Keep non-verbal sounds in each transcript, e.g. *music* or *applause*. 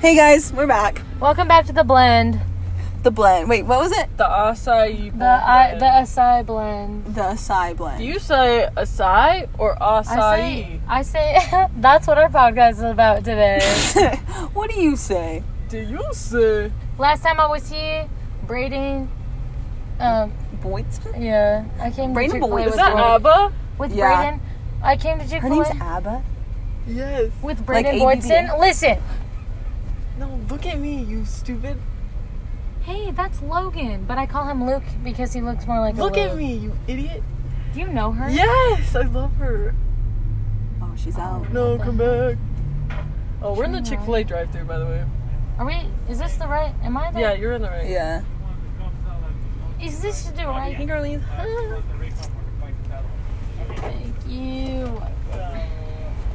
Hey guys, we're back. Welcome back to the blend. The blend. Wait, what was it? The acai The I, blend. the acai blend. The acai blend. Do you say acai or I acai? say, I say *laughs* that's what our podcast is about today. *laughs* what do you say? Do you say? Last time I was here, Braden. Um, Boyd's? yeah, I Brayden came to Chick-fil-A Boyd, with, Is that Bra- ABBA? with Yeah. Braden. I came to Her Chick-fil-A name's Abba. Yes. with Braden ABBA. Boydson. Listen, No, look at me, you stupid. hey, that's Logan, but I call him Luke because he looks more like a Look at Luke. me, you idiot. Do you know her? Yes, I love her. Oh, she's out. No, come back. Oh, we're in the She Chick Fil A drive-through, by the way. Are we? Is this the right? Am I the? Yeah, you're in the right. Yeah. *gasps* Is this the Hey, right? girlies. Thank you. *laughs*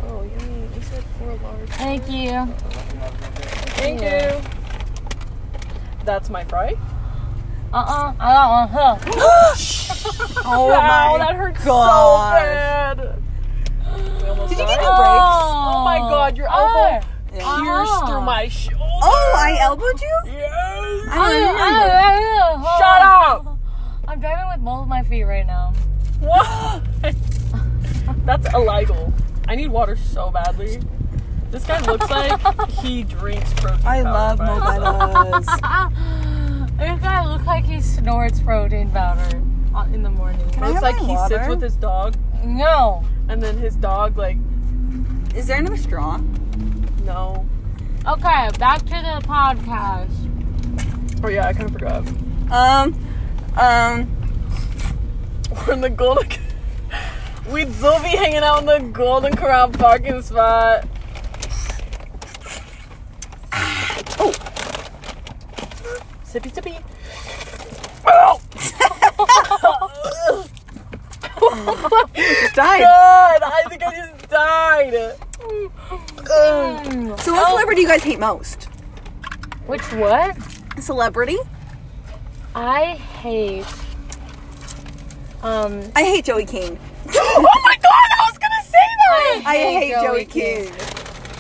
Oh, yummy. You said four large. Thank you. Thank Yeah. you. That's my *laughs* fry. Uh-uh. I don't want her. Oh Ow, my that hurt gosh. so bad. We almost Did you died. get oh, a- my god, your Oh. elbow Yeah. pierced Oh. through my shoulder. Ah, Oh, I elbowed you? Yes. I don't Oh, remember. oh, oh, oh. Shut up! I'm driving with both of my feet right now. *laughs* What? *laughs* That's illegal. I need water so badly. This guy looks *laughs* like he drinks protein. I powder love by himself. modelos. this guy looks like he snorts protein powder. *laughs* Uh, in the morning. I Looks have like my he water? sits with his dog, No. and then his dog like Is there another straw? no. Okay, back to the podcast. Oh yeah, I kind of forgot. Um, um, We're in the golden. We'd still be hanging out in the Golden Corral parking spot. Oh. Sippy sippy. Oh died. god! I think I just died. Ugh. So Oh. what celebrity do you guys hate most? Which what? Celebrity? I hate. Um, I hate Joey King. *laughs* oh my god! I was gonna say that. I hate Joey, King. Bitch.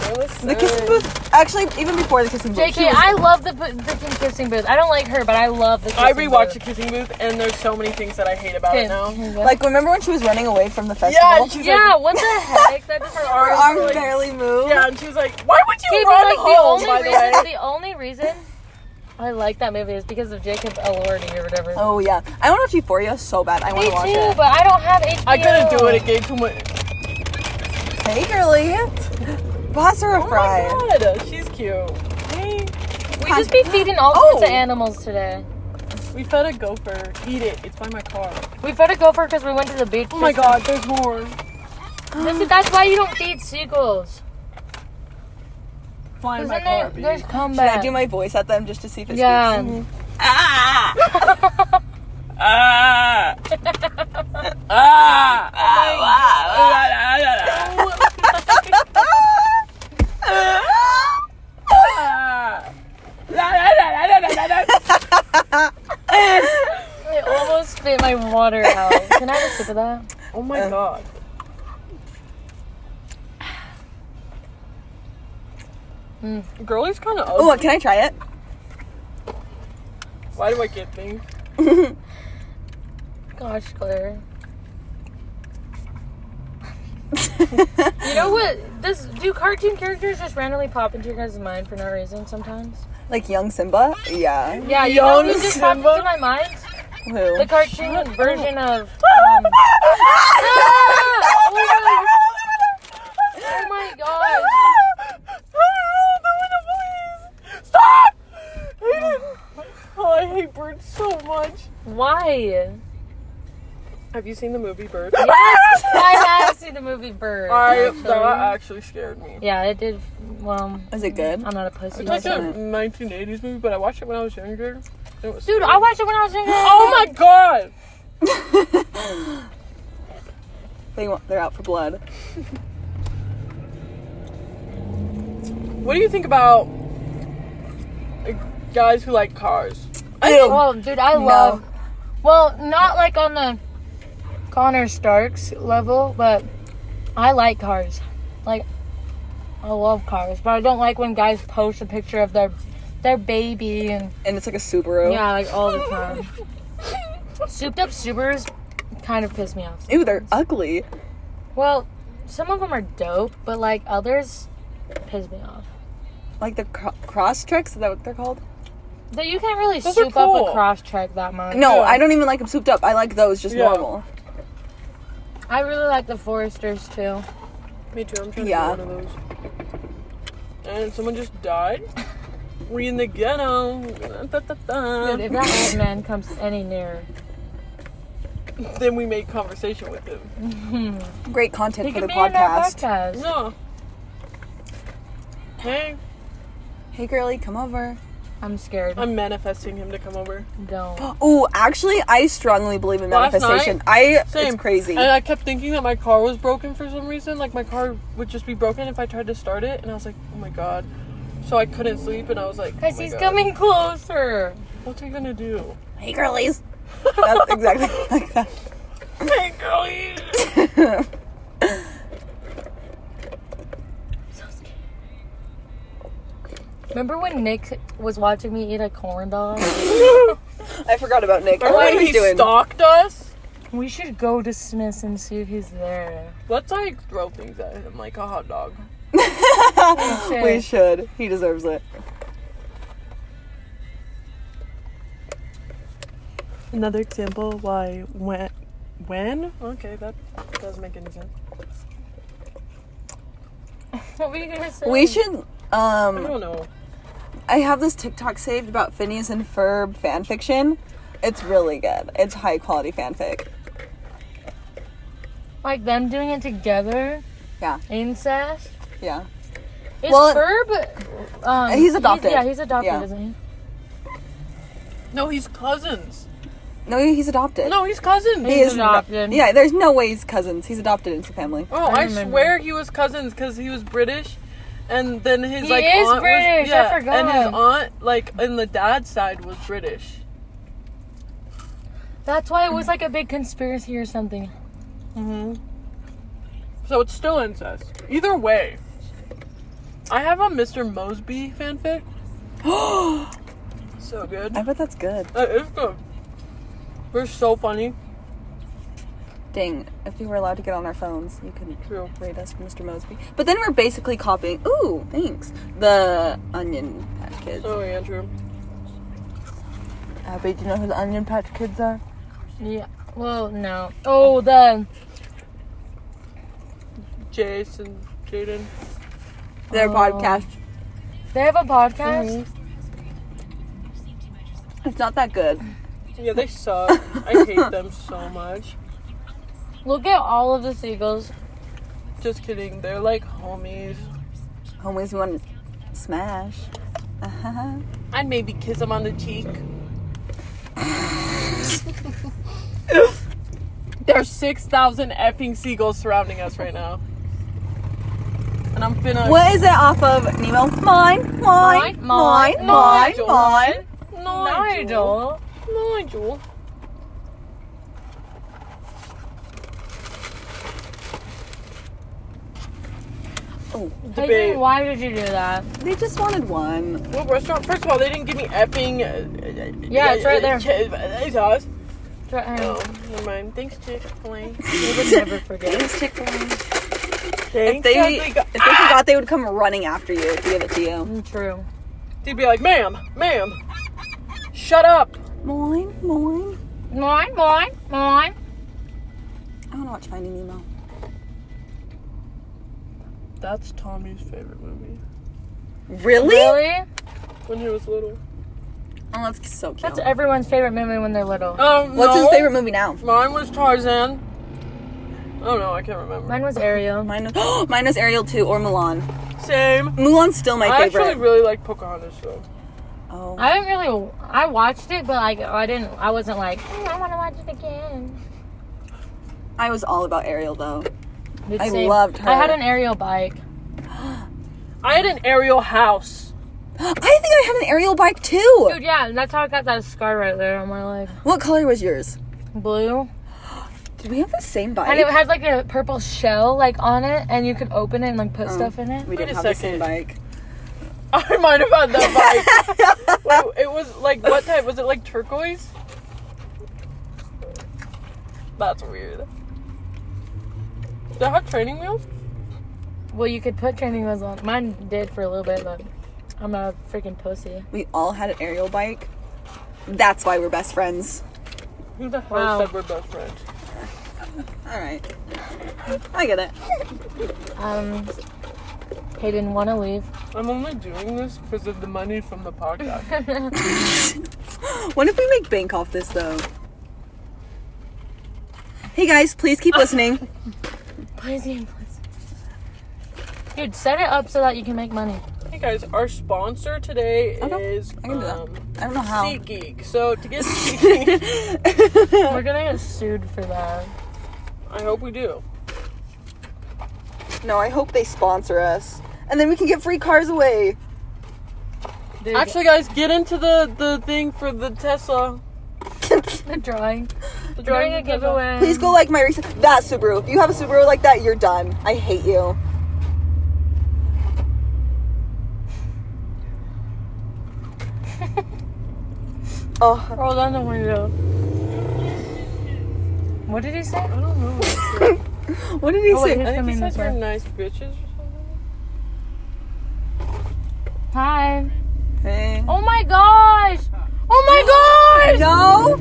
That was so- The kissing booth. Actually, even before the kissing booth. she JK, was- I love the p- freaking kissing booth. I don't like her, but I love the. Kissing I rewatched the booth. kissing booth, and there's so many things that I hate about Okay. it now. like remember when she was running away from the Yeah, festival? and she's yeah, like, what *laughs* the heck? That doesn't her arms arm were like- barely moved. yeah, and she was like, why would you Okay, run but like home? the only by the way, reason, the only reason I like that movie is because of Jacob Elordi or whatever. Oh yeah, I want to watch Euphoria so bad. I want Me to watch too, it. but I don't have HBO. I couldn't do it. It gave too much. Hey girly, pass her a Oh fry. my god, she's cute. Hey, We just be feeding all Oh. sorts of animals today. we fed a gopher. Eat it. It's by my car. We fed a gopher because we went to the beach. Oh my god, there's more. This is- that's why you don't feed seagulls. Flying Because my then car. they, bitch. there's Should comeback. I do my voice at them just to see if it yeah. speaks? *laughs* Ah! Ah! ah! *laughs* Ah! Ah! La, la, la, la, la, la, la, la. I almost spit my water out. Can I have a sip of that? Oh my god. Mm. Girlie's kind of ugly. *laughs* Oh, can I try it? *laughs* Why do I get things? Gosh, Claire. You know what? Does do cartoon characters just randomly pop into your guys' mind for no reason sometimes? like young Simba? Yeah. Yeah, you know Young who just popped Simba? into my mind? Who? The cartoon version of. Um, oh, my, oh my god! Stop! Oh, I hate birds so much. Why? Have you seen the movie Bird? Yes, I have seen the movie Bird. I actually. that actually scared me. yeah, it did. Well, Is it good? I'm not a pussy. It's like I a don't- 1980s movie, but I watched it when I was younger. It was Dude, I watched it when I was younger. Oh my god! They want, they're out for blood. What do you think about like, guys who like cars? Ew. Well, dude, I love. Well, not like on the Connor Starks level, but I like cars. Like, I love cars, but I don't like when guys post a picture of their their baby and And it's like a Subaru. yeah, like all the time. Souped up Subarus kind of piss me off. Ew, they're ugly. Well, some of them are dope, but like others piss me off. Like the cro- cross tricks, is that what they're called? But you can't really Those are soup up cool. a cross track that much. No, Yeah. I don't even like them souped up. I like those just Yeah. normal. I really like the Foresters too. Me too. I'm trying Yeah. to get one of those. And someone just died. We in the ghetto. Dude, if that old man comes any nearer, Then we make conversation with him. Great content he for could the be in our podcast. podcast. No. Hey, Hey, girly, come over. *gasps* I'm scared. I'm manifesting him to come over. Don't. Oh, actually, I strongly believe in Last manifestation. night? I Same. it's crazy. And I uh, kept thinking that my car was broken for some reason. Like my car would just be broken if I tried to start it. And I was like, oh my god. So I couldn't sleep, and I was like, Because oh my he's God. coming closer. What's he gonna do? hey, girlies. That's exactly *laughs* like that. Hey, girlie. Remember when Nick was watching me eat a corn dog? *laughs* I forgot about Nick. Remember what when are he you doing? stalked us? we should go to Smith's and see if he's there. Let's like throw things at him like a hot dog. We should. He deserves it. Another example why when when? Okay, that doesn't make any sense. What were you gonna say? We should. I Um, don't know. I have this TikTok saved about Phineas and Ferb fanfiction. It's really good. It's high quality fanfic. like them doing it together. Yeah. Incest. Yeah. Is Well- Ferb? Um, He's adopted. yeah, he's adopted, Yeah. isn't he? No, he's cousins. No, he's adopted. No, he's cousins. he he's is ado- adopted. Yeah, there's no way he's cousins. He's adopted into family. Um, oh, I I, remember. swear he was cousins because he was British, and then his He like is aunt British, was I yeah, forgot. and his aunt like in the dad's side was British. That's why it was like a big conspiracy or something. Mm-hmm. So it's still incest. Either way, I have a Mr. Mosby fanfic. *gasps* I So good. bet that's good. That is good. They're so funny. Dang, if we were allowed to get on our phones, you couldn't True. rate us, Mr. Mosby. But then we're basically copying. Ooh, thanks. The Onion Patch Kids. Oh yeah, true. Abby, Uh, do you know who the Onion Patch Kids are? Yeah. Well, no. Oh, the Jason, Jaden. Their Oh. podcast. they have a podcast. It's not that good. Yeah, they suck. I hate them so much. Mm-hmm. Look at all of the seagulls. Just kidding. They're like homies. Homies, we want to smash. Uh-huh. I'd maybe kiss him on the cheek. There's 6,000 effing seagulls surrounding us right now. And I'm finna. What is it off of Nemo? Mine, mine, Mine, mine, mine, mine, Nigel. mine. Nigel. Nigel. Debate. Hayden, why did you do that? They just wanted one. What restaurant? First of all, they didn't give me effing. uh, uh, Yeah, it's right there. uh, sauce. Try- Oh, uh, never mind. Thanks, Chick *laughs* Fil A. You would never forget. If they, if *gasps* they forgot, they would come running after you to give it to you. Mm, True. they'd be like, "Ma'am, ma'am, shut up." Mine, mine. Mine, mine, mine. I want to watch Finding Nemo. That's Tommy's favorite movie Really? Really? when he was little. Oh, that's so cute. That's everyone's favorite memory when they're little. Um, What's no. his favorite movie now? Mine was Tarzan. Oh no, I can't remember. Mine was Ariel. Mine *gasps* was, mine was Ariel 2 or Mulan. Same. Mulan's still my I favorite. actually really like Pocahontas though. oh. I didn't really. I watched it, but like I didn't. I wasn't like "Mm, I want to watch it again. I was all about Ariel though. *gasps* Dude, I loved her. I had an Ariel bike. I had an aerial house. *laughs* I think I had an Ariel bike too. Dude, yeah, and that's how I got that scar right there on my leg. What color was yours? Blue. Do we have the same bike? And it had like a purple shell like on it, and you could open it and like put Oh. stuff in it. we Wait didn't a have the same second. bike. I might have had that *laughs* bike. Wait, it was like what type? Was it like turquoise? That's weird. Did it have training wheels? Well, you could put training wheels on. Mine did for a little bit, but I'm a freaking pussy. We all had an aerial bike. That's why we're best friends. Who the hell Wow. said we're both friends? All right. I get it. *gasps* Um, Hayden, want to leave? *laughs* I'm only doing this because of the money from the *laughs* podcast. What if we make bank off this though? Hey guys, please *laughs* keep listening. Please, Ian, please. Dude, set it up so that you can make money. hey guys, our sponsor today Okay, is I can do that. um, I don't know how. *laughs* SeatGeek. So to get SeatGeek, We're gonna get sued for that. I hope we do. No, I hope they sponsor us. And then we can get free cars away. *laughs* Dude, Actually, guys, get into the the thing for the Tesla. the drawing. We're The doing a Tesla. giveaway. Please go like my recent that Subaru. If you have a Subaru like that, you're done. I hate *laughs* you. oh, *laughs* roll down the window. What did he say? I don't know. what did he Oh, wait, say? Just I think come he in said this we're way. nice bitches or something. Hi. Hey. Oh my gosh! Oh my gosh! No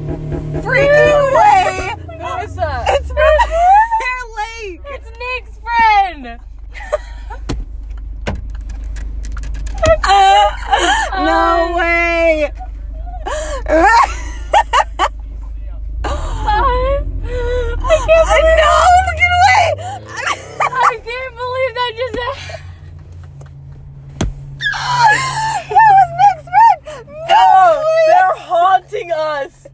freaking way! *laughs* Who is that? It's *laughs* from Bear Lake. It's Nick's friend! no way. Hi. I no, get away. I can't believe that just happened. that was Nick's friend. No, They're haunting us.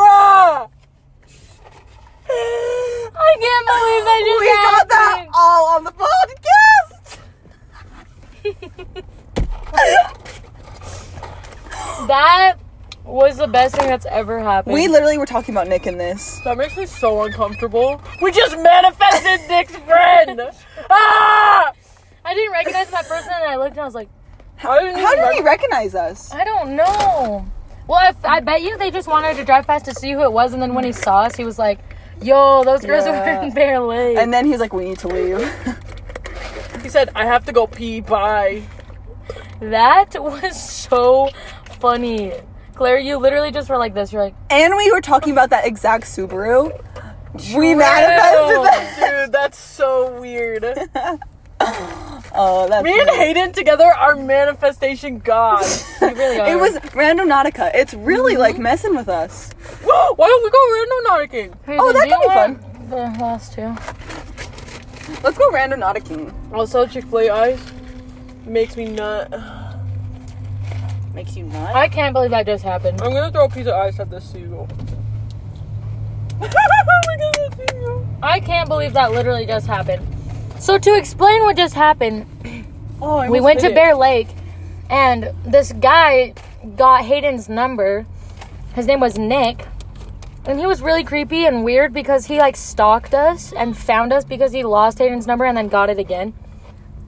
Oh, Bruh! I can't believe that just we got that happened. all on the podcast. That was the best thing that's ever happened. We literally were talking about Nick in this. That makes me so uncomfortable. We just manifested Nick's *laughs* friend! ah! I didn't recognize my person and I looked and I was like, How did, How did he recognize us? I don't know. Well, if, I bet you they just wanted to drive past to see who it was, and then when he saw us, he was like, "Yo, those girls Yeah. are in bare legs." And then he's like, "We need to leave." *laughs* He said, I have to go pee. Bye. that *laughs* was so funny, Claire. You literally just were like this. You're like, and we were talking about that exact Subaru. We manifested that. Dude, that's so weird. Oh, that's Me and Hayden together are manifestation *laughs* gods. "You really are." It was Random Nautica. It's really like messing with us. Whoa, Why don't we go random Hey, oh, did that you could be want The last two. Let's go Random Nautica. nauticking? Also, Chick fil A eyes makes me nut. Makes you nuts. *laughs* I can't believe that just happened. I'm gonna throw a piece of ice at this seagull. Oh Look at this seagull. I can't believe that literally just happened. So to explain what just happened, Oh, I we almost went hit to it. Bear Lake, and this guy got Hayden's number. His name was Nick, and he was really creepy and weird because he like stalked us and found us because he lost Hayden's number and then got it again.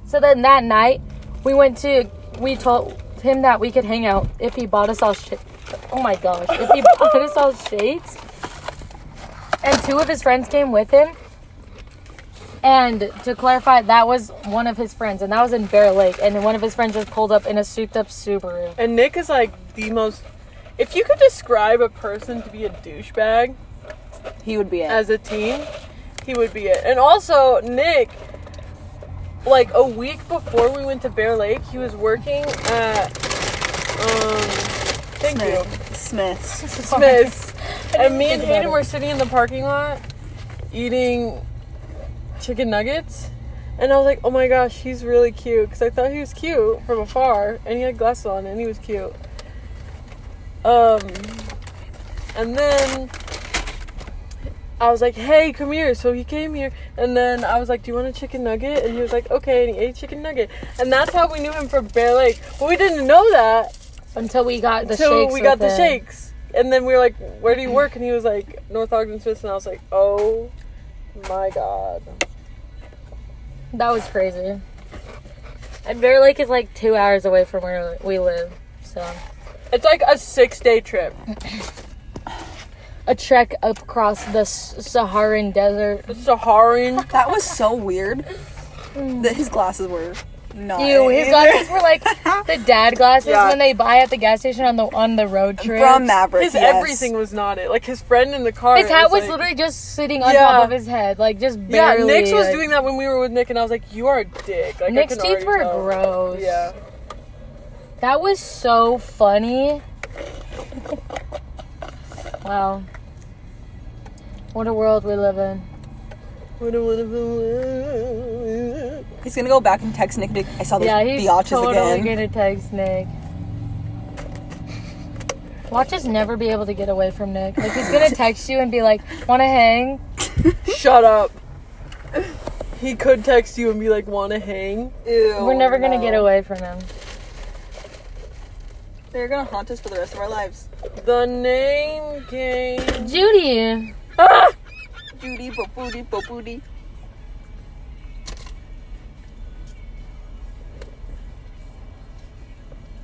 So then that night, we went to we told him that we could hang out if he bought us all shit. Oh my gosh! If he *laughs* bought us all shades, and two of his friends came with him. And to clarify, that was one of his friends, and that was in Bear Lake. And one of his friends just pulled up in a souped up Subaru. And Nick is like the most. If you could describe a person to be a douchebag He would be it. as a teen, he would be it. And also, Nick, like a week before we went to Bear Lake, he was working at. Um, thank you. Smith. *laughs* Smith's. And me and think about Hayden it. were sitting in the parking lot eating chicken nuggets. And I was like, oh my gosh, he's really cute. Because I thought he was cute from afar. And he had glasses on and he was cute. Um, and then I was like, hey, come here. So he came here. And then I was like, do you want a chicken nugget? And he was like, okay. And he ate chicken nugget. And that's how we knew him from Bear Lake. But we didn't know that Until we got the until shakes. we got with him. the shakes. and then we were like, "Where do you work?" And he was like, "North Ogden, Swiss." And I was like, "Oh my god!" That was crazy. And Bear Lake is like two hours away from where we live, so It's like a six-day trip. a trek up across the S- Saharan desert. *laughs* The Saharan. That was so weird that his glasses were not. Ew, his glasses were like the dad glasses Yeah. when they buy at the gas station on the on the road trip. from Maverick. His yes. everything was not it. Like his friend in the car. His it hat was like- literally just sitting on Yeah. top of his head, like just Yeah, barely. Nick's was like- doing that when we were with Nick, and I was like, "You are a dick." Like, I Nick's can teeth already were tell. gross. Yeah. That was so funny. wow. What a world we live in. He's gonna go back and text Nick. Nick, I saw those Yeah, he's biatches totally again. gonna text Nick. Watch us never be able to get away from Nick. Like he's *laughs* gonna text you and be like, "Wanna hang?" Shut up. He could text you and be like, "Want to hang?" Ew, We're never gonna Oh, no. get away from him. They're gonna haunt us for the rest of our lives. The name game. Judy, Ah! Booty, bo booty, bo booty.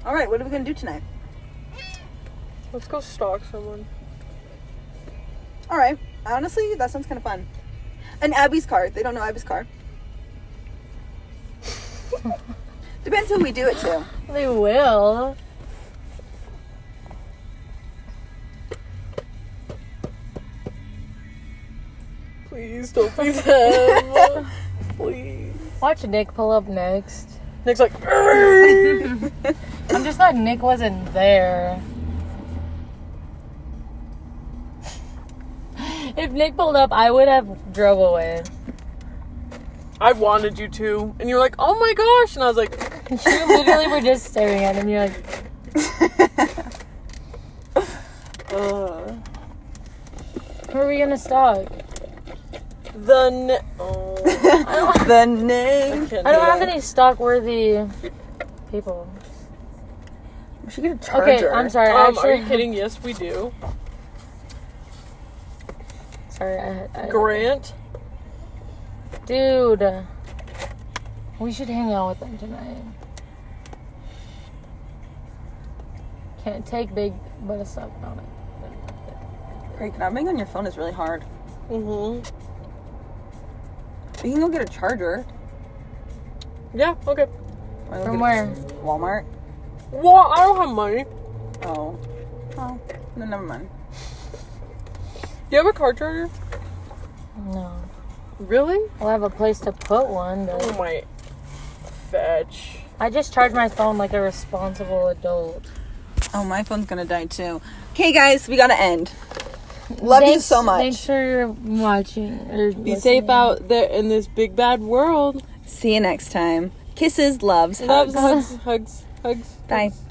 All right, what are we gonna do tonight? Let's go stalk someone. All right, honestly, that sounds kind of fun. And Abby's car. They don't know Abby's *laughs* car. Depends who we do it to. they will. Please don't be *laughs* them. Please. Watch Nick pull up next. Nick's like, "Arr!" I'm just glad Nick wasn't there. If Nick pulled up, I would have drove away. I wanted you to, and you were like, "Oh my gosh!" And I was like, You literally were just staring at him. You're like, Ugh. where are we gonna stop? "The na- *laughs* oh, *laughs* the I, name. can't do I don't have that. any stock worthy people. We should get a charger. Okay, I'm sorry. I Um, actually, are you kidding? Yes, we do. Sorry, I, I, Grant. dude. We should hang out with them tonight. Can't take big, but it's up on it. Great, knobbing on your phone is really hard. hmm You can go get a charger. Yeah. Okay. Or go From get where? it from Walmart. Well, I don't have money. Oh. Oh. No, never mind. Do you have a car charger? No, Really? we'll have a place to put one. Oh But my. Fetch. I just charge my phone like a responsible adult. Oh, my phone's gonna die too. Okay, guys, we gotta end. Love you Thanks- so much. Thanks for watching. or Be listening. safe out there in this big bad world. See you next time. Kisses, loves, Loves, hugs. hugs, hugs, hugs. Bye.